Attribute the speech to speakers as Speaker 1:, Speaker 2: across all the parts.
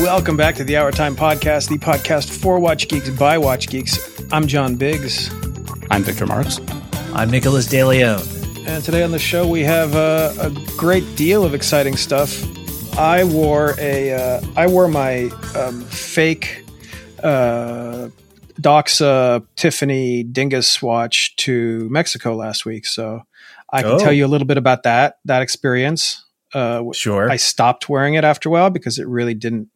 Speaker 1: Welcome back to the Hour Time Podcast, the podcast for Watch Geeks by Watch Geeks. I'm John Biggs.
Speaker 2: I'm Victor Marks.
Speaker 3: I'm Nicholas DeLeon.
Speaker 1: And today on the show, we have uh, a great deal of exciting stuff. I wore a, uh, I wore my um, fake uh, Doxa Tiffany Dingus watch to Mexico last week, so I can
Speaker 3: Oh.
Speaker 1: tell you a little bit about that that experience. Uh,
Speaker 3: Sure.
Speaker 1: I stopped wearing it after a while because it really didn't.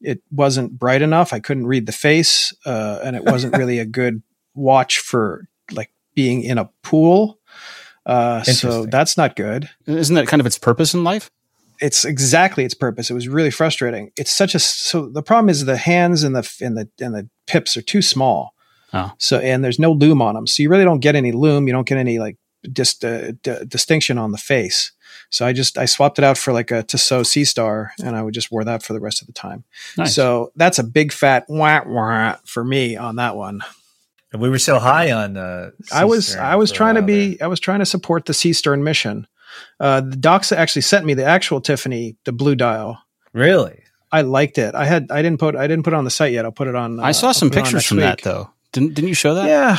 Speaker 1: It wasn't bright enough. I couldn't read the face, uh, and it wasn't really a good watch for like being in a pool. Uh, so
Speaker 3: Interesting.
Speaker 1: that's not good.
Speaker 2: Isn't that kind of its purpose in life?
Speaker 1: It's exactly its purpose. It was really frustrating. It's such a so the problem is the hands and the and the and the pips are too small.
Speaker 2: Oh.
Speaker 1: So and there's no loom on them, so you really don't get any loom. You don't get any like dis, uh, d- distinction on the face. So I just I swapped it out for like a Tissot Sea Star, and I would just wear that for the rest of the time.
Speaker 2: Nice.
Speaker 1: So that's a big fat wah wah for me on that one.
Speaker 3: And we were so high on. Uh,
Speaker 1: I was
Speaker 3: Seastern
Speaker 1: I was
Speaker 3: for a
Speaker 1: trying to
Speaker 3: while
Speaker 1: be I was trying to support the Sea Stern mission. Uh, the Doxa actually sent me the actual Tiffany, the blue dial.
Speaker 3: there. Really?
Speaker 1: I liked it. I had I didn't put I didn't put it on the site yet. I'll put it on.
Speaker 2: I
Speaker 1: uh,
Speaker 2: saw
Speaker 1: I'll
Speaker 2: some
Speaker 1: put it on
Speaker 2: pictures
Speaker 1: next
Speaker 2: from that
Speaker 1: week.
Speaker 2: though. Didn't didn't you show that?
Speaker 1: Yeah,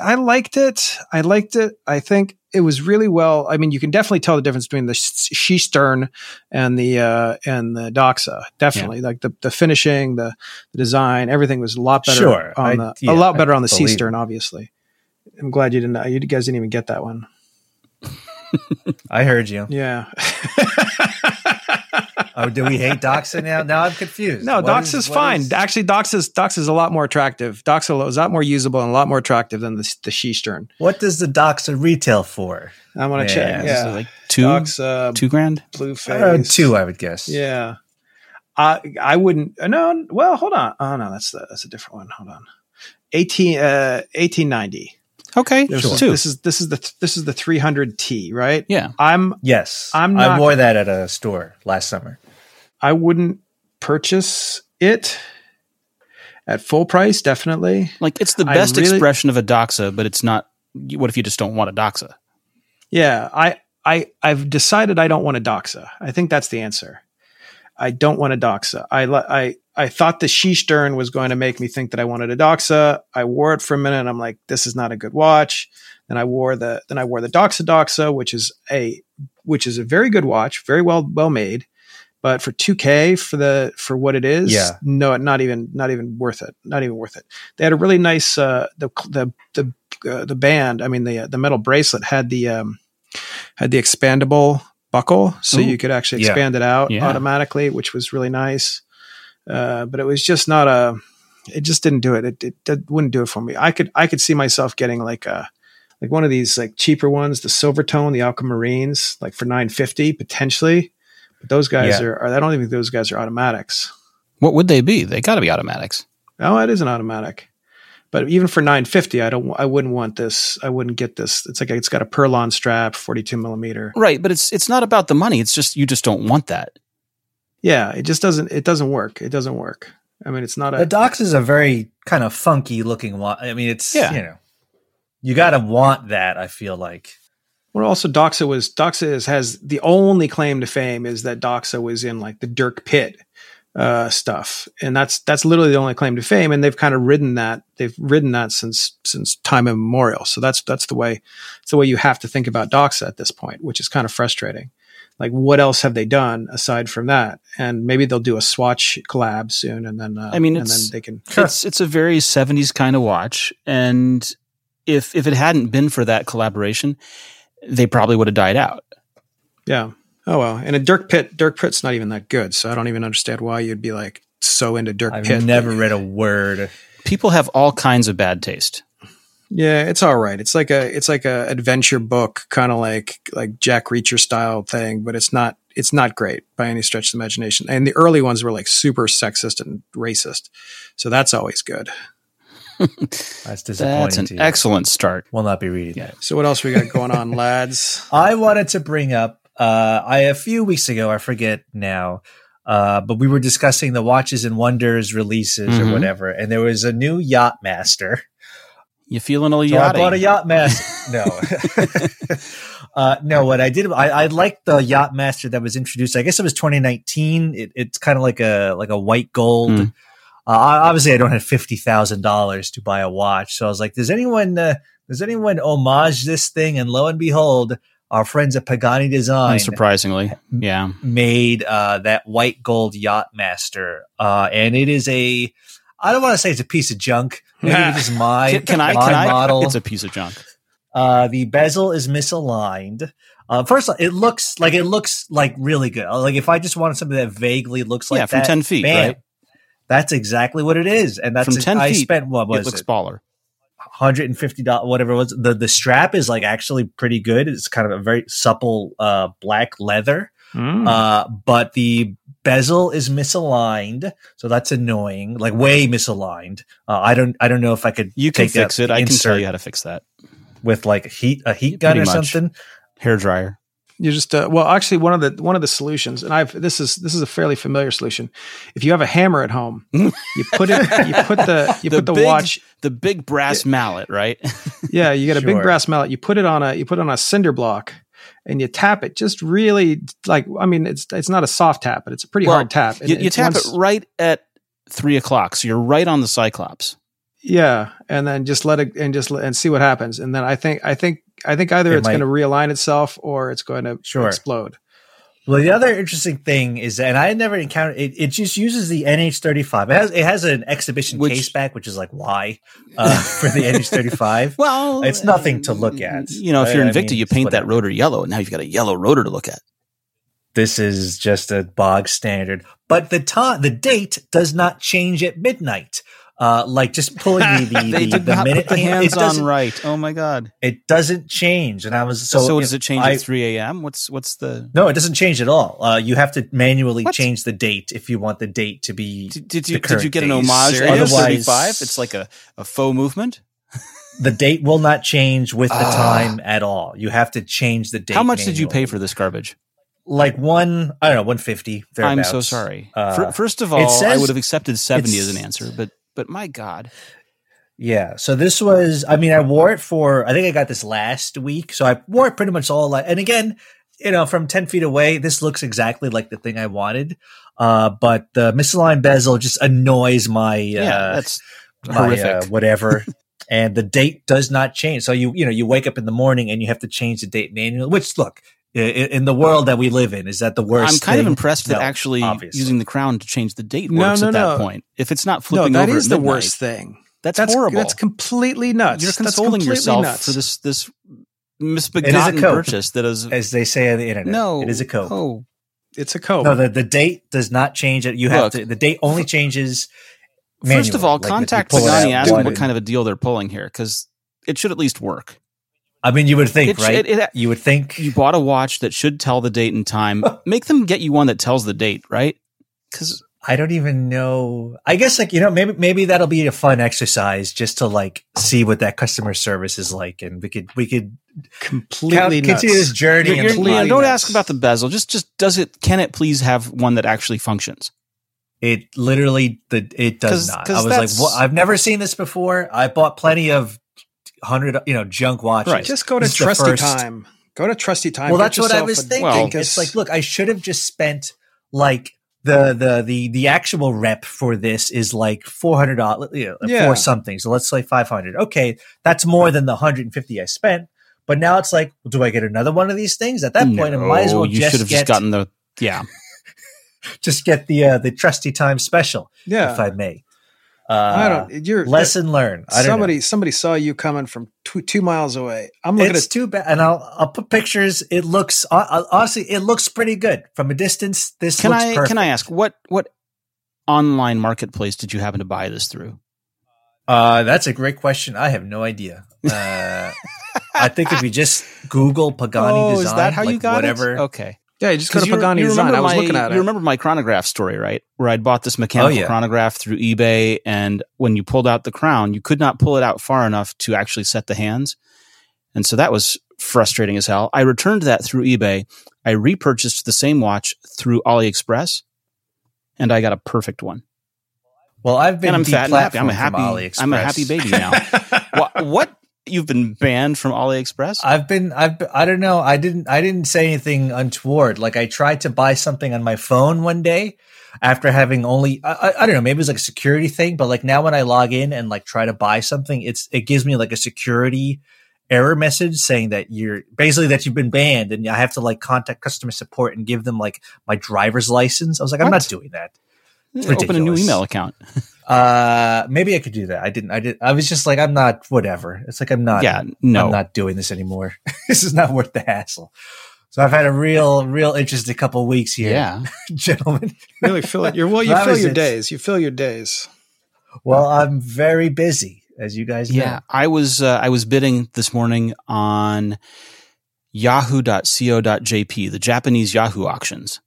Speaker 1: I liked it. I liked it. I think it was really well. I mean, you can definitely tell the difference between the she stern and the uh, and the Doxa. Definitely, like the, the finishing, the, the design, everything was a lot better
Speaker 3: Sure.
Speaker 1: on
Speaker 3: I-
Speaker 1: the
Speaker 3: yeah,
Speaker 1: a lot
Speaker 3: I
Speaker 1: better on the sea
Speaker 3: believe it.
Speaker 1: stern. Obviously, I'm glad you didn't. You guys didn't even get that one.
Speaker 3: I heard you.
Speaker 1: Yeah.
Speaker 3: Oh, do we hate Doxa now? Now I'm confused.
Speaker 1: No,
Speaker 3: What
Speaker 1: Dox is
Speaker 3: what
Speaker 1: fine. Actually, Dox is Dox is a lot more attractive. Dox is a lot more usable and a lot more attractive than the the she stern.
Speaker 3: what does the Doxa retail for?
Speaker 1: I want to
Speaker 3: Yeah,
Speaker 1: check.
Speaker 2: Is it
Speaker 1: Yeah,
Speaker 2: like two
Speaker 1: Doxa
Speaker 2: two grand?
Speaker 1: blue
Speaker 3: Around
Speaker 1: face
Speaker 3: Uh, two, I would guess.
Speaker 1: Uh, Yeah, I I wouldn't. uh, No, well, hold on. Oh no, that's the, that's a different one. Hold on. 18 uh 1890
Speaker 2: Okay,
Speaker 1: this, is,
Speaker 2: two.
Speaker 1: this is this is the this is the 300t right
Speaker 2: yeah,
Speaker 1: i'm
Speaker 3: Yes.
Speaker 1: I'm
Speaker 3: I
Speaker 1: not-
Speaker 3: wore that at a store last summer.
Speaker 1: i wouldn't purchase it at full price definitely
Speaker 2: like it's the
Speaker 1: I
Speaker 2: best
Speaker 1: really-
Speaker 2: expression of a doxa, but it's not. What if you just don't want a doxa?
Speaker 1: Yeah, I I I've decided I don't want a doxa. I think that's the answer. I don't want a doxa. I li- I I thought the she stern was going to make me think that I wanted a doxa. I wore it for a minute and I'm like this is not a good watch. Then I wore the then I wore the doxa doxa which is a which is a very good watch, very well well made. But for 2K for the for what it is,
Speaker 3: Yeah.
Speaker 1: no, not even not even worth it. Not even worth it. They had a really nice uh, the the the uh, the band. I mean the uh, the metal bracelet had the um, had the expandable buckle, so
Speaker 2: Ooh.
Speaker 1: you could actually
Speaker 3: Yeah.
Speaker 1: expand it out
Speaker 2: Yeah.
Speaker 1: automatically, which was really nice. Uh, but it was just not a. It just didn't do it. It, it. it wouldn't do it for me. I could I could see myself getting like a like one of these like cheaper ones, the silver tone, the aquamarines, like for nine fifty potentially. But those guys
Speaker 3: Yeah.
Speaker 1: are, are. I don't even think those guys are automatics.
Speaker 2: What would they be? They got to be automatics.
Speaker 1: Oh, it is an automatic. But even for 950, I don't. I wouldn't want this. I wouldn't get this. It's like it's got a perlon strap, 42 millimeter.
Speaker 2: Right, but it's it's not about the money. It's just you just don't want that.
Speaker 1: Yeah, it just doesn't. It doesn't work. It doesn't work. I mean, it's not
Speaker 3: The
Speaker 1: a.
Speaker 3: Doxa is a very kind of funky looking watch. I mean, it's,
Speaker 2: Yeah.
Speaker 3: you know, you got to want that, I feel like.
Speaker 1: Well, also Doxa was Doxa is, has the only claim to fame is that Doxa was in like the Dirk Pitt uh, stuff, and that's that's literally the only claim to fame. And they've kind of ridden that. They've ridden that since since time immemorial. So that's that's the way. It's the way you have to think about Doxa at this point, which is kind of frustrating. Like, what else have they done aside from that? And maybe they'll do a Swatch collab soon, and then uh,
Speaker 2: I mean,
Speaker 1: and then
Speaker 2: it's-
Speaker 1: they can.
Speaker 2: It's it's a very 70s kind of watch and if if it hadn't been for that collaboration, they probably would have died out.
Speaker 1: Yeah. Oh well. And a Dirk Pitt, Dirk Pitt's not even that good, so I don't even understand why you'd be like so into Dirk
Speaker 3: I've
Speaker 1: Pitt.
Speaker 3: never read a word.
Speaker 2: People have all kinds of bad taste.
Speaker 1: Yeah, it's all right. It's like a it's like a adventure book, kind of like like Jack Reacher style thing, but it's not it's not great by any stretch of the imagination. And the early ones were like super sexist and racist, so that's always good.
Speaker 3: That's disappointing.
Speaker 2: That's
Speaker 3: to
Speaker 2: an
Speaker 3: you.
Speaker 2: excellent start.
Speaker 3: Will not be reading
Speaker 2: Yeah.
Speaker 3: that.
Speaker 1: So what else we got going on, lads?
Speaker 3: I wanted to bring up. Uh, I a few weeks ago, I forget now, uh, but we were discussing the Watches and Wonders releases
Speaker 2: Mhm.
Speaker 3: or whatever, and there was a new Yacht Master.
Speaker 2: You feeling a
Speaker 3: So I
Speaker 2: yacht?
Speaker 3: bought a Yacht Master. no. uh, no, what I did, I, I liked the Yacht Master that was introduced. I guess it was 2019. It, it's kind of like a like a white gold.
Speaker 2: Mm.
Speaker 3: Uh, obviously, I don't have fifty thousand dollars to buy a watch, so I was like, "Does anyone uh, does anyone homage this thing?" And lo and behold, our friends at Pagani Design
Speaker 2: Unsurprisingly, yeah.
Speaker 3: made uh, that white gold yacht master, uh, and it is a. I don't want to say it's a piece of junk. Maybe it is my
Speaker 2: Can, can I?
Speaker 3: my
Speaker 2: Can I?
Speaker 3: model.
Speaker 2: It's a piece of junk.
Speaker 3: Uh, the bezel is misaligned. Uh, first, of all, it looks like it looks like really good. Uh, Like if I just wanted something that vaguely looks like
Speaker 2: yeah, from
Speaker 3: that,
Speaker 2: ten feet,
Speaker 3: bam,
Speaker 2: right?
Speaker 3: That's exactly what it is, and that's
Speaker 2: From 10
Speaker 3: I
Speaker 2: feet,
Speaker 3: spent what was
Speaker 2: it
Speaker 3: it,
Speaker 2: looks baller.
Speaker 3: hundred and fifty dollars, whatever it was. The the strap is like actually pretty good. It's kind of a very supple uh, black leather,
Speaker 2: Hmm.
Speaker 1: Mm.
Speaker 3: uh, but the bezel is misaligned, so that's annoying. Like way misaligned. Uh, I don't I don't know if I could
Speaker 2: You can
Speaker 3: take that
Speaker 2: fix it. I can
Speaker 3: insert
Speaker 2: tell you how to fix that.
Speaker 3: with like heat a heat gun
Speaker 2: Pretty
Speaker 3: or
Speaker 2: much.
Speaker 3: something.
Speaker 2: Hair dryer.
Speaker 1: you just uh, well actually one of the one of the solutions and i've this is this is a fairly familiar solution if you have a hammer at home you put it you put the you
Speaker 2: The
Speaker 1: put the
Speaker 2: big-
Speaker 1: watch
Speaker 2: The big brass mallet, right?
Speaker 1: yeah you got a
Speaker 3: Sure.
Speaker 1: big brass mallet you put it on a you put it on a cinder block and you tap it just really like i mean it's it's not a soft tap but it's a pretty
Speaker 2: Well,
Speaker 1: hard tap And
Speaker 2: you, you
Speaker 1: it's
Speaker 2: tap
Speaker 1: once-
Speaker 2: it right at three o'clock, so you're right on the Cyclops.
Speaker 1: yeah and then just let it and just let, and see what happens and then i think i think i think either
Speaker 3: It
Speaker 1: it's
Speaker 3: might-
Speaker 1: going to realign itself or it's going to
Speaker 3: Sure.
Speaker 1: explode
Speaker 3: Well, the other interesting thing is, and I had never encountered it. It just uses the NH35. It has it has an exhibition
Speaker 2: Which-
Speaker 3: case back, which is like why uh, for the NH35.
Speaker 2: Well,
Speaker 3: It's nothing to look at.
Speaker 2: Mm, You know, if
Speaker 3: I-
Speaker 2: you're
Speaker 3: I
Speaker 2: Invicta,
Speaker 3: mean,
Speaker 2: you
Speaker 3: it's
Speaker 2: paint that
Speaker 3: whatever.
Speaker 2: rotor yellow, and now you've got a yellow rotor to look at.
Speaker 3: This is just a bog standard, but the time, the date does not change at midnight. Uh, like just pulling the the,
Speaker 2: They
Speaker 3: the,
Speaker 2: did
Speaker 3: the
Speaker 2: not
Speaker 3: minute
Speaker 2: put the
Speaker 3: hand,
Speaker 2: hands
Speaker 3: it doesn't,
Speaker 2: on right. Oh my god!
Speaker 3: It doesn't change, and I was so.
Speaker 2: So,
Speaker 3: if
Speaker 2: does it change
Speaker 3: I-
Speaker 2: at three a.m.? What's what's the?
Speaker 3: No, it doesn't change at all. Uh, you have to manually
Speaker 2: What?
Speaker 3: change the date if you want the date to be
Speaker 2: Did, did you
Speaker 3: The
Speaker 2: did you
Speaker 3: current
Speaker 2: get an
Speaker 3: date.
Speaker 2: homage to
Speaker 3: Serious?
Speaker 2: thirty-five? It's like a, a faux movement.
Speaker 3: the date will not change with the
Speaker 2: Ah.
Speaker 3: time at all. You have to change the date.
Speaker 2: How much did you pay
Speaker 3: manually.
Speaker 2: for this garbage?
Speaker 3: Like one, I don't know, one fifty.
Speaker 2: I'm so sorry.
Speaker 3: Uh,
Speaker 2: Fir- First of all, I
Speaker 3: says-
Speaker 2: would have accepted seventy as an
Speaker 3: it's-
Speaker 2: answer, but but my god,
Speaker 3: Yeah. So this was. I mean, I wore it for. I think I got this last week, so I wore it pretty much all. la- And again, you know, from ten feet away, this looks exactly like the thing I wanted. Uh, but the misaligned bezel just annoys my
Speaker 2: yeah,
Speaker 3: uh,
Speaker 2: that's
Speaker 3: my,
Speaker 2: horrific.
Speaker 3: uh, whatever. and the date does not change. So you you know you wake up in the morning and you have to change the date manually. Which look i- i- in the world that we live in is that the worst?
Speaker 2: I'm kind of
Speaker 3: thing?
Speaker 2: impressed that
Speaker 3: No,
Speaker 2: actually
Speaker 3: obviously.
Speaker 2: using the crown to change the date
Speaker 1: No,
Speaker 2: works
Speaker 1: no,
Speaker 2: at
Speaker 1: no.
Speaker 2: that point. If it's not
Speaker 1: no
Speaker 2: flipping
Speaker 1: that
Speaker 2: over
Speaker 1: is
Speaker 2: at
Speaker 1: the
Speaker 2: midnight,
Speaker 1: worst thing
Speaker 2: That's,
Speaker 1: that's
Speaker 2: horrible.
Speaker 1: that's completely nuts
Speaker 2: You're
Speaker 1: That's
Speaker 2: consoling
Speaker 1: completely
Speaker 2: yourself
Speaker 1: nuts.
Speaker 2: for this this misbegotten
Speaker 3: It's not coke.
Speaker 2: purchase that is
Speaker 3: as they say on the internet.
Speaker 2: no.
Speaker 3: it is a code.
Speaker 2: Oh,
Speaker 1: it's a cope
Speaker 3: No, the, the date does not change. It you have
Speaker 2: Look,
Speaker 3: to. The date only changes.
Speaker 2: first of all, contact Pagani.
Speaker 3: Pagani.
Speaker 2: Ask them
Speaker 1: one
Speaker 2: what
Speaker 1: and-
Speaker 2: kind of a deal they're pulling here because it should at least work.
Speaker 3: I mean, you would think,
Speaker 2: It sh-
Speaker 3: right?
Speaker 2: it- it-
Speaker 3: you would think.
Speaker 2: you bought a watch that should tell the date and time. Make them get you one that tells the date, right? Because
Speaker 3: I don't even know. I guess like you know maybe maybe that'll be a fun exercise just to like see what that customer service is like, and we could we could count,
Speaker 1: completely nuts
Speaker 3: continue this journey. and
Speaker 1: Completely
Speaker 2: yeah, don't
Speaker 1: nuts.
Speaker 2: ask about the bezel. Just just does it? Can it please have one that actually functions?
Speaker 3: It literally the it
Speaker 2: 'Cause-
Speaker 3: does not.
Speaker 2: 'cause
Speaker 3: I was like,
Speaker 2: that's-
Speaker 3: well, I've never seen this before. I bought plenty of hundred, you know, junk watches.
Speaker 2: Right.
Speaker 1: just go to
Speaker 3: This is the
Speaker 1: trusty
Speaker 3: first-
Speaker 1: time go to trusty time
Speaker 3: Well,
Speaker 1: Get
Speaker 3: that's what I
Speaker 1: yourself
Speaker 3: was
Speaker 1: a
Speaker 3: thinking.
Speaker 2: Well-
Speaker 1: dinkus.
Speaker 3: it's like, look, I should have just spent like the the the the actual rep for this is like four hundred dollars, you know,
Speaker 1: Yeah.
Speaker 3: for something. So let's say five hundred. Okay, that's more than the hundred and fifty I spent. But now it's like, well, do I get another one of these things? At that point, I might as
Speaker 2: No,
Speaker 3: well
Speaker 2: you
Speaker 3: just
Speaker 2: should have
Speaker 3: get
Speaker 2: just gotten the yeah.
Speaker 3: just get the uh, the trusty time special,
Speaker 1: yeah
Speaker 3: if I may. Uh,
Speaker 1: I don't. You're
Speaker 3: lesson learned. I don't know.
Speaker 1: somebody. Somebody saw you coming from two, two miles away. I'm looking
Speaker 3: It's too bad, and I'll I'll put pictures. It looks hon- honestly, it looks pretty good from a distance. This
Speaker 2: Can
Speaker 3: looks
Speaker 2: I
Speaker 3: perfect.
Speaker 2: can I ask what what online marketplace did you happen to buy this through?
Speaker 3: Uh, that's a great question. I have no idea. Uh, I think if you just Google Pagani design,
Speaker 2: Oh, is that how you
Speaker 3: like
Speaker 2: got
Speaker 3: whatever.
Speaker 2: it? Oh. Okay,
Speaker 1: at. Yeah, you just go
Speaker 2: 'Cause
Speaker 1: to
Speaker 2: you-
Speaker 1: Pagani
Speaker 2: you
Speaker 1: Design.
Speaker 2: remember
Speaker 1: I was
Speaker 2: my-
Speaker 1: looking at
Speaker 2: You
Speaker 1: it.
Speaker 2: remember my chronograph story, right? Where I'd bought this mechanical
Speaker 3: Oh, yeah.
Speaker 2: chronograph through eBay, and when you pulled out the crown, you could not pull it out far enough to actually set the hands, and so that was frustrating as hell. I returned that through eBay. I repurchased the same watch through AliExpress, and I got a perfect one.
Speaker 3: Well, I've been
Speaker 2: And I'm fat and happy. I'm a
Speaker 3: deplatformed from
Speaker 2: happy. I'm a happy
Speaker 3: AliExpress.
Speaker 2: baby now. what, what You've been banned from
Speaker 1: Uh,
Speaker 2: AliExpress.
Speaker 3: I've been I've been- I don't know I didn't I didn't say anything untoward. Like I tried to buy something on my phone one day after having only I, I- I don't know maybe it was like a security thing, but like now when I log in and like try to buy something, it's it gives me like a security error message saying that you're basically that you've been banned and I have to like contact customer support and give them like my driver's license. I was like I'm
Speaker 2: What?
Speaker 3: not doing that.
Speaker 2: Open a new
Speaker 3: ridiculous.
Speaker 2: email account.
Speaker 3: Uh maybe I could do that. I didn't I did I was just like I'm not whatever. It's like I'm not
Speaker 2: yeah, no.
Speaker 3: Uh, I'm not doing this anymore. this is not worth the hassle. So I've had a real, real interesting couple weeks here,
Speaker 2: yeah.
Speaker 3: gentlemen.
Speaker 1: Really fill it. You're, well, you
Speaker 3: That
Speaker 1: fill
Speaker 3: was
Speaker 1: your
Speaker 3: it.
Speaker 1: days. You fill your days.
Speaker 3: Well, I'm very busy, as you guys know.
Speaker 2: Yeah, I was uh, I was bidding this morning on yahoo.co.jp, the Japanese Yahoo auctions.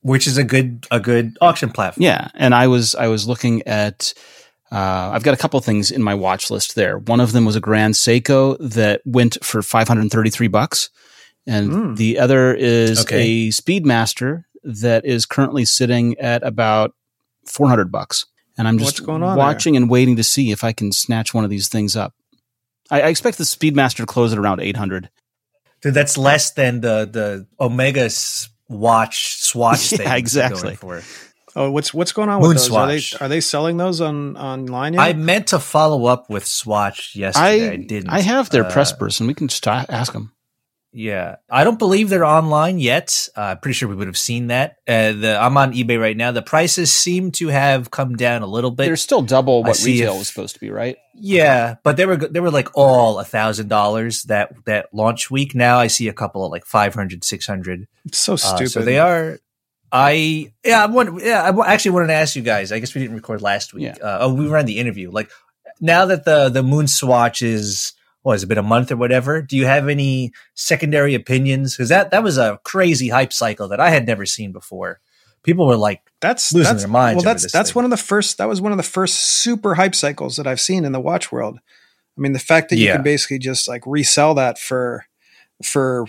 Speaker 3: Which is a good, a good auction platform.
Speaker 2: Yeah, and I was I was looking at uh, I've got a couple things in my watch list there. One of them was a Grand Seiko that went for 533 bucks, and
Speaker 1: Mm.
Speaker 2: the other is
Speaker 3: Hmm. Okay.
Speaker 2: a Speedmaster that is currently sitting at about 400 bucks. And I'm just
Speaker 1: What's going on
Speaker 2: watching and waiting to see if I can snatch one of these things up. I, I expect the Speedmaster to close at around 800.
Speaker 3: Dude, that's less than the the Omega's watch swatch
Speaker 2: Yeah,
Speaker 3: thing. they're
Speaker 2: exactly.
Speaker 3: going for.
Speaker 1: Oh, what's what's going on with those? Are they
Speaker 3: Moonswatch.
Speaker 1: are they selling those on online yet?
Speaker 3: I meant to follow up with Swatch yesterday. I, didn't.
Speaker 2: I have their
Speaker 3: Uh,
Speaker 2: press person. We can just a- ask them.
Speaker 3: Yeah, I don't believe they're online yet. Uh, I'm pretty sure we would have seen that. Uh, the, I'm on eBay right now. The prices seem to have come down a little bit.
Speaker 2: They're still double
Speaker 3: I
Speaker 2: what
Speaker 3: see
Speaker 2: retail
Speaker 3: if-
Speaker 2: was supposed to be, right?
Speaker 3: Yeah, but they were they were like all a thousand dollars that that launch week. Now I see a couple at like 500, 600.
Speaker 1: it's so
Speaker 3: Uh,
Speaker 1: stupid.
Speaker 3: so they are. I yeah I want yeah I wa- actually wanted to ask you guys. I guess we didn't record last week.
Speaker 2: Yeah.
Speaker 3: Uh, oh, we ran the interview. Like now that the the moon swatch is what has it been a month or whatever? Do you have any secondary opinions? Because that that was a crazy hype cycle that I had never seen before. People were like,
Speaker 1: that's
Speaker 3: losing
Speaker 1: that's
Speaker 3: their minds
Speaker 1: well.
Speaker 3: over
Speaker 1: That's
Speaker 3: this
Speaker 1: that's
Speaker 3: thing.
Speaker 1: one of the first. That was one of the first super hype cycles that I've seen in the watch world. I mean, the fact that you
Speaker 3: Yeah.
Speaker 1: can basically just like resell that for for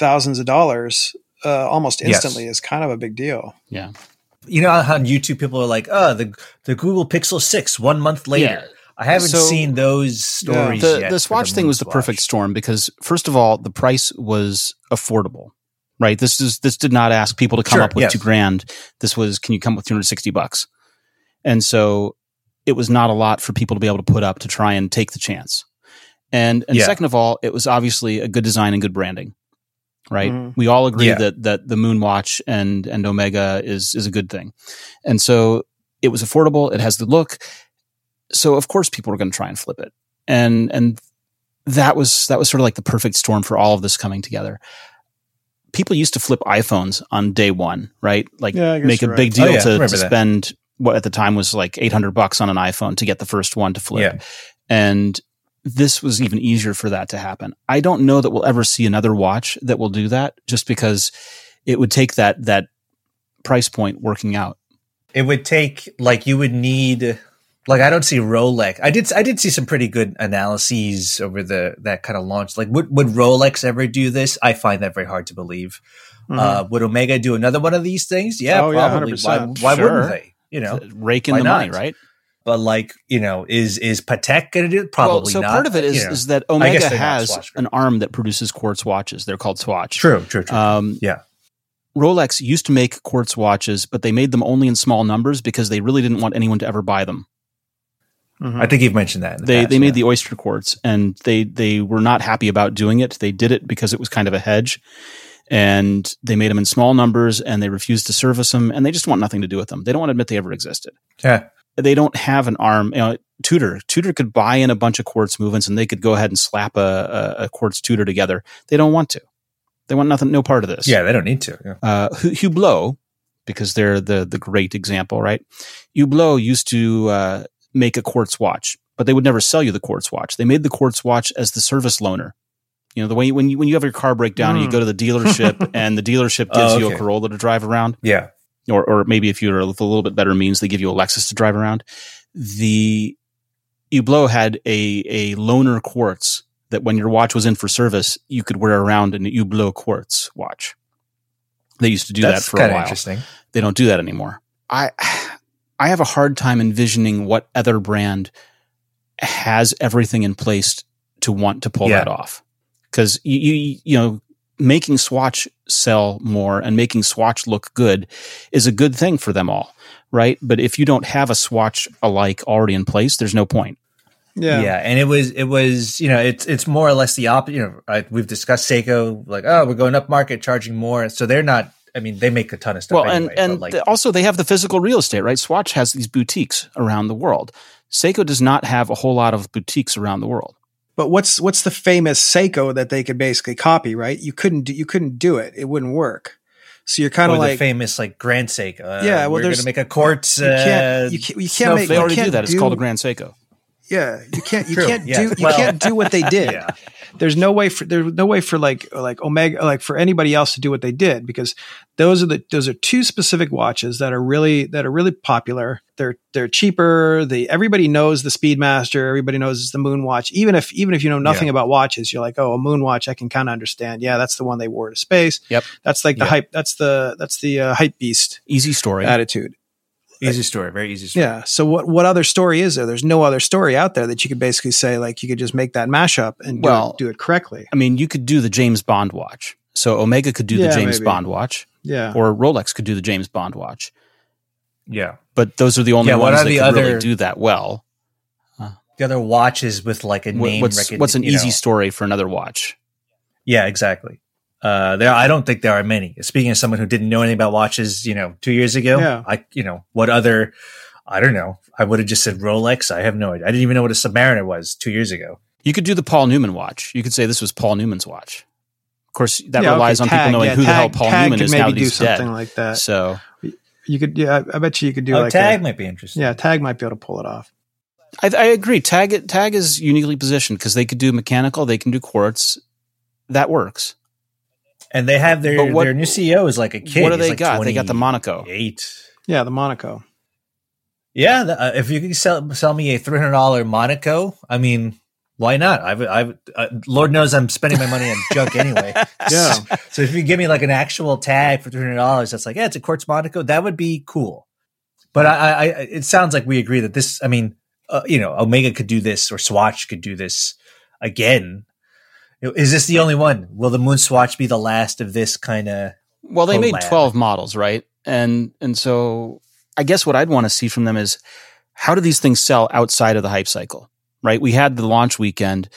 Speaker 1: thousands of dollars uh, almost
Speaker 3: Yes.
Speaker 1: instantly is kind of a big deal.
Speaker 3: you know how on YouTube people are like, oh, the the Google Pixel Six one month later. I haven't
Speaker 2: So-
Speaker 3: seen those stories
Speaker 2: the,
Speaker 3: yet.
Speaker 2: The
Speaker 3: for
Speaker 2: Swatch thing
Speaker 3: Moon
Speaker 2: was the perfect
Speaker 3: Swatch.
Speaker 2: storm because first of all, the price was affordable, right? This is this did not ask people to come
Speaker 3: Sure,
Speaker 2: up with
Speaker 3: yes.
Speaker 2: two grand. This was can you come up with two hundred sixty bucks, and so it was not a lot for people to be able to put up to try and take the chance. And and
Speaker 3: Yeah.
Speaker 2: second of all, it was obviously a good design and good branding, right?
Speaker 1: Mhm.
Speaker 2: We all agree
Speaker 3: Mm-hmm. Yeah.
Speaker 2: that that the Moonwatch and and Omega is is a good thing, and so it was affordable. It has the look, so of course people were going to try and flip it, and and that was that was sort of like the perfect storm for all of this coming together. People used to flip iPhones on day one, right? Like
Speaker 1: Yeah, I guess
Speaker 2: make a
Speaker 1: you're
Speaker 2: big
Speaker 1: right.
Speaker 2: deal
Speaker 3: Oh, yeah, I
Speaker 2: to, to
Speaker 3: remember that.
Speaker 2: spend what at the time was like 800 bucks on an iPhone to get the first one to flip. And this was even easier for that to happen. I don't know that we'll ever see another watch that will do that just because it would take that that price point working out.
Speaker 3: It would take like you would need like I don't see Rolex. I did I did see some pretty good analyses over the that kind of launch. Like would would Rolex ever do this? I find that very hard to believe.
Speaker 1: Mm-hmm.
Speaker 2: Mm-hmm.
Speaker 3: Uh, would Omega do another one of these things? Yeah,
Speaker 1: Oh, yeah,
Speaker 3: probably.
Speaker 1: 100%.
Speaker 3: Why, why
Speaker 2: Sure.
Speaker 3: wouldn't they? You know,
Speaker 2: Rake in
Speaker 3: why
Speaker 2: the
Speaker 3: not?
Speaker 2: money, right?
Speaker 3: but like you know, is is Patek going to do it? Probably
Speaker 2: well, so
Speaker 3: not.
Speaker 2: part of it is,
Speaker 3: You know.
Speaker 2: is that
Speaker 3: I guess
Speaker 2: Omega
Speaker 3: they're not
Speaker 2: has
Speaker 3: Swatch
Speaker 2: an arm that produces quartz watches. They're called Swatch.
Speaker 3: true, true, true.
Speaker 2: Um,
Speaker 3: Yeah.
Speaker 2: Rolex used to make quartz watches, but they made them only in small numbers because they really didn't want anyone to ever buy them.
Speaker 1: Mm-hmm.
Speaker 3: I think you've mentioned that. in the
Speaker 2: They
Speaker 3: past,
Speaker 2: they made
Speaker 3: yeah.
Speaker 2: the oyster quartz, and they they were not happy about doing it. They did it because it was kind of a hedge, and they made them in small numbers, and they refused to service them, and they just want nothing to do with them. They don't want to admit they ever existed.
Speaker 3: Yeah.
Speaker 2: They don't have an arm. You know, Tudor Tudor could buy in a bunch of quartz movements, and they could go ahead and slap a, a, a quartz Tudor together. They don't want to. They want nothing, no part of this.
Speaker 3: Yeah, they don't need to. yeah.
Speaker 2: uh, Hu- Hublot, because they're the the great example, right? Hublot used to uh, make a quartz watch, but they would never sell you the quartz watch. They made the quartz watch as the service loaner. You know, the way when you when you have your car break down, and you
Speaker 1: Hmm.
Speaker 2: go to the dealership, and the dealership gives
Speaker 3: Oh,
Speaker 2: you a
Speaker 3: okay.
Speaker 2: Corolla to drive around,
Speaker 3: Yeah.
Speaker 2: or or maybe if you're a little bit better means, they give you a Lexus to drive around. The Hublot had a a loaner quartz that when your watch was in for service, you could wear around an Hublot quartz watch. They used to do that for a
Speaker 3: kinda
Speaker 2: while
Speaker 3: Interesting.
Speaker 2: they don't do that anymore. I I have a hard time envisioning what other brand has everything in place to want to pull
Speaker 3: Yeah.
Speaker 2: that off because you, you you know making Swatch sell more and making Swatch look good is a good thing for them all, right? But if you don't have a Swatch alike already in place, there's no point.
Speaker 1: Yeah.
Speaker 3: Yeah. and it was it was you know it's it's more or less the opposite. You know, I, we've discussed Seiko like oh we're going up market charging more, so they're not. I mean, they make a ton of stuff.
Speaker 2: well,
Speaker 3: anyway,
Speaker 2: and
Speaker 3: but,
Speaker 2: and
Speaker 3: like,
Speaker 2: th- also they have the physical real estate, right? Swatch has these boutiques around the world. Seiko does not have a whole lot of boutiques around the world.
Speaker 1: But what's what's the famous Seiko that they could basically copy, right? You couldn't do, you couldn't do it. It wouldn't work. So you're kind
Speaker 3: or
Speaker 1: of
Speaker 3: the
Speaker 1: like
Speaker 3: famous like Grand Seiko.
Speaker 1: Yeah,
Speaker 3: Uh,
Speaker 1: well,
Speaker 3: we're going
Speaker 1: there's-
Speaker 3: to make a quartz.
Speaker 1: you
Speaker 3: Uh,
Speaker 1: can't you can't, you can't make
Speaker 2: they
Speaker 1: you
Speaker 2: already
Speaker 1: can't
Speaker 2: do that. It's called a Grand Seiko.
Speaker 1: Yeah, you can't you
Speaker 3: True,
Speaker 1: can't
Speaker 3: yeah.
Speaker 1: do you
Speaker 3: Well-
Speaker 1: can't do what they did.
Speaker 3: yeah,
Speaker 1: There's no way for there's no way for like like Omega like for anybody else to do what they did because those are the those are two specific watches that are really that are really popular. They're they're cheaper. The everybody knows the Speedmaster. Everybody knows it's the Moon Watch. Even if even if you know nothing about watches, you're like, oh, a Moon Watch. I can kind of understand. Yeah, that's the one they wore to space.
Speaker 2: Yep.
Speaker 1: That's like the
Speaker 2: Yeah.
Speaker 1: hype. That's the that's the uh, hype beast
Speaker 2: Easy story.
Speaker 1: attitude.
Speaker 3: easy story, very easy story.
Speaker 1: Yeah. So what what other story is there? There's no other story out there that you could basically say like you could just make that mashup and do,
Speaker 2: Well-
Speaker 1: it, do it correctly.
Speaker 2: I mean, you could do the James Bond watch. So Omega could do
Speaker 1: Yeah,
Speaker 2: the James
Speaker 1: maybe.
Speaker 2: Bond watch,
Speaker 1: Yeah.
Speaker 2: or Rolex could do the James Bond watch.
Speaker 3: yeah.
Speaker 2: But those are the only
Speaker 3: Yeah, what
Speaker 2: ones
Speaker 3: are
Speaker 2: that
Speaker 3: the
Speaker 2: could
Speaker 3: other-
Speaker 2: really do that well.
Speaker 3: The other watches with like a
Speaker 2: Wha-
Speaker 3: name.
Speaker 2: what's
Speaker 3: recogni-
Speaker 2: what's an
Speaker 3: you
Speaker 2: easy
Speaker 3: know.
Speaker 2: story for another watch?
Speaker 3: Yeah, exactly. Uh, there, I don't think there are many. Speaking as someone who didn't know anything about watches, you know, two years ago,
Speaker 1: Yeah.
Speaker 3: I, you know, what other, I don't know. I would have just said Rolex. I have no idea. I didn't even know what a Submariner was two years ago.
Speaker 2: You could do the Paul Newman watch. You could say this was Paul Newman's watch. Of course, that
Speaker 1: Yeah, okay,
Speaker 2: relies on
Speaker 1: tag,
Speaker 2: people knowing
Speaker 1: yeah,
Speaker 2: who the
Speaker 1: tag-
Speaker 2: hell Paul
Speaker 1: tag
Speaker 2: Newman
Speaker 1: could
Speaker 2: is
Speaker 1: maybe
Speaker 2: now that
Speaker 1: do
Speaker 2: he's
Speaker 1: something
Speaker 2: dead.
Speaker 1: like that.
Speaker 2: So
Speaker 1: You could yeah, I, I bet you you could do
Speaker 3: oh,
Speaker 1: like
Speaker 3: tag
Speaker 1: a-
Speaker 3: might be interesting.
Speaker 1: yeah, tag might be able to pull it off.
Speaker 2: I, I agree. Tag tag is uniquely positioned because they could do mechanical, they can do quartz. That works.
Speaker 3: And they have their,
Speaker 2: But what-
Speaker 3: their new CEO is like a kid.
Speaker 2: what do
Speaker 3: He's
Speaker 2: they
Speaker 3: like
Speaker 2: got? They got the Monaco.
Speaker 3: 28.
Speaker 1: Yeah, the Monaco.
Speaker 3: Yeah. The, uh, if you can sell, sell me a $300 Monaco, I mean, why not? I've, I've, uh, Lord knows I'm spending my money on junk anyway.
Speaker 1: Yeah.
Speaker 3: So if you give me like an actual tag for three hundred dollars, that's like, yeah, it's a Quartz Monaco. That would be cool. But I, I, I it sounds like we agree that this. I mean, uh, you know, Omega could do this, or Swatch could do this again. Is this the only one? Will the Moon Swatch be the last of this kind of?
Speaker 2: Well, they made
Speaker 3: collab.
Speaker 2: 12 models, right? And and so I guess what I'd want to see from them is how do these things sell outside of the hype cycle? Right? We had the launch weekend.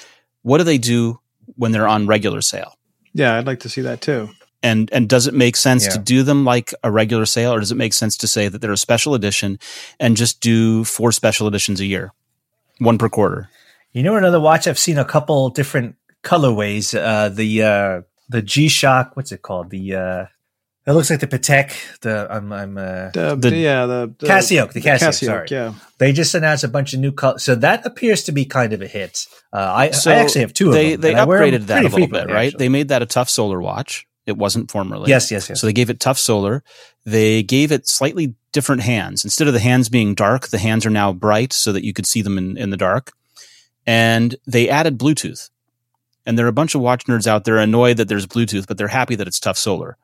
Speaker 2: What do they do when they're on regular sale?
Speaker 1: Yeah, I'd like to see that too.
Speaker 2: And and does it make sense to
Speaker 3: Yeah.
Speaker 2: do them like a regular sale or does it make sense to say that they're a special edition and just do four special editions a year? One per quarter.
Speaker 3: You know, another watch I've seen a couple different colorways. Uh, the uh, the G Shock. What's it called? The uh, it looks like the Patek. The I'm I'm uh,
Speaker 1: The,
Speaker 2: The-
Speaker 1: yeah, the, the
Speaker 3: Casio, the Casio, sorry.
Speaker 1: yeah.
Speaker 3: They just announced a bunch of new colors, so that appears to be kind of a hit. Uh, I,
Speaker 2: So
Speaker 3: I actually have two
Speaker 2: they
Speaker 3: of them.
Speaker 2: they
Speaker 3: and I wear them
Speaker 2: upgraded that a
Speaker 3: pretty
Speaker 2: little bit,
Speaker 3: frequently,
Speaker 2: right?
Speaker 3: actually.
Speaker 2: They made that a tough solar watch. It wasn't formerly.
Speaker 3: yes, yes, yes.
Speaker 2: So they gave it tough solar. They gave it slightly different hands. Instead of the hands being dark, the hands are now bright so that you could see them in, in the dark. And they added Bluetooth. And there are a bunch of watch nerds out there annoyed that there's Bluetooth, but they're happy that it's tough solar.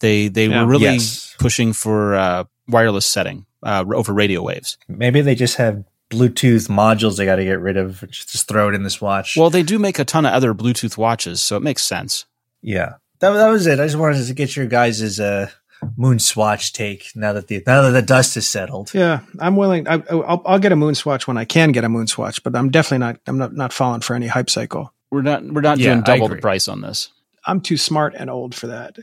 Speaker 2: They they
Speaker 1: Yeah.
Speaker 2: were really
Speaker 3: Yes.
Speaker 2: pushing for uh, wireless setting uh, over radio waves.
Speaker 3: Maybe they just have Bluetooth modules they got to get rid of. Just throw it in this watch.
Speaker 2: Well, they do make a ton of other Bluetooth watches, so it makes sense.
Speaker 3: yeah, that, that was it. I just wanted to get your guys' uh, moon swatch take now that the now that the dust has settled.
Speaker 1: Yeah, I'm willing. I, I'll, I'll get a moon swatch when I can get a moon swatch, but I'm definitely not. I'm not, not falling for any hype cycle.
Speaker 2: We're not we're not
Speaker 3: Yeah,
Speaker 2: doing
Speaker 3: I
Speaker 2: double the
Speaker 3: agree.
Speaker 2: price on this.
Speaker 1: I'm too smart and old for that.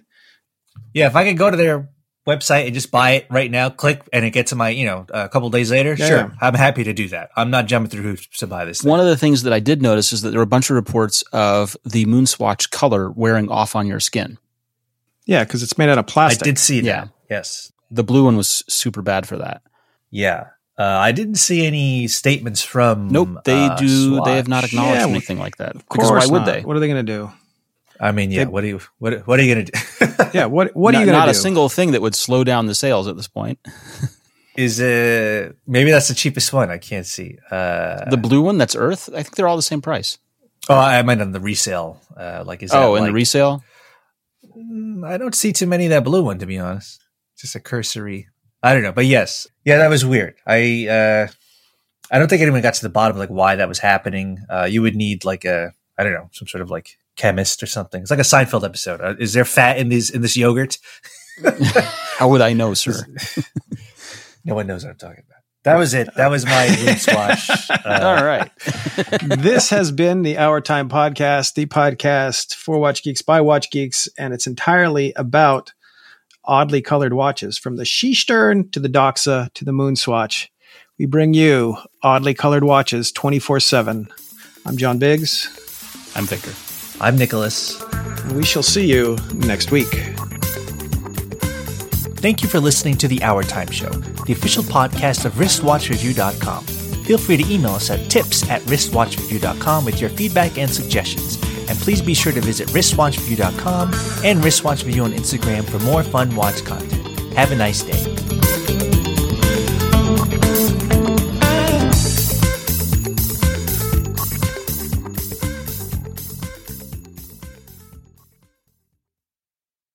Speaker 3: Yeah, if I could go to their website and just buy it right now, click, and it gets to my you know a couple days later.
Speaker 1: Yeah,
Speaker 3: sure,
Speaker 1: yeah.
Speaker 3: I'm happy to do that. I'm not jumping through hoops to buy this. Thing.
Speaker 2: One of the things that I did notice is that there were a bunch of reports of the moon swatch color wearing off on your skin.
Speaker 1: Yeah, because it's made out of
Speaker 3: I
Speaker 1: plastic.
Speaker 3: did see that.
Speaker 2: Yeah.
Speaker 3: Yes.
Speaker 2: The blue one was super bad for that.
Speaker 3: Yeah. Uh, I didn't see any statements from.
Speaker 2: Nope, they
Speaker 3: uh,
Speaker 2: do.
Speaker 3: Swatch.
Speaker 2: They have not acknowledged
Speaker 1: Mm, Yeah,
Speaker 2: anything like that.
Speaker 1: Of course
Speaker 2: Because why would
Speaker 1: not.
Speaker 2: they?
Speaker 1: What are they going to do?
Speaker 3: I mean, yeah.
Speaker 1: They-
Speaker 3: what are you? What What are you gonna do?
Speaker 1: Yeah. What What
Speaker 2: not,
Speaker 1: are you going to
Speaker 2: Not
Speaker 1: do?
Speaker 2: a single thing that would slow down the sales at this point.
Speaker 3: Is uh maybe that's the cheapest one? I can't see. Uh,
Speaker 2: The blue one, that's Earth. I think they're all the same price.
Speaker 3: oh, I meant on the resale. Uh, like is that
Speaker 2: Oh, and
Speaker 3: like,
Speaker 2: the resale.
Speaker 3: Mm, I don't see too many of that blue one to be honest. Just a cursory. I don't know, but yes, yeah, that was weird. I uh, I don't think anyone got to the bottom of like why that was happening. Uh, you would need like a I don't know some sort of like chemist or something. It's like a Seinfeld episode. Uh, is there fat in these in this yogurt?
Speaker 2: How would I know, sir?
Speaker 3: no one knows what I'm talking about. That was it. That was my room squash. Uh,
Speaker 2: All right.
Speaker 1: this has been the Hour Time Podcast, the podcast for Watch Geeks by Watch Geeks, and it's entirely about oddly colored watches from the Sheestern to the Doxa to the Moon Swatch. We bring you oddly colored watches 24 7. I'm John Biggs.
Speaker 2: I'm Victor.
Speaker 3: I'm Nicholas.
Speaker 1: and We shall see you next week.
Speaker 3: Thank you for listening to The Hour Time Show, the official podcast of wristwatchreview.com. Feel free to email us at tips at wristwatchreview.com with your feedback and suggestions. And please be sure to visit wristwatchreview.com and wristwatchreview on Instagram for more fun watch content. Have a nice day.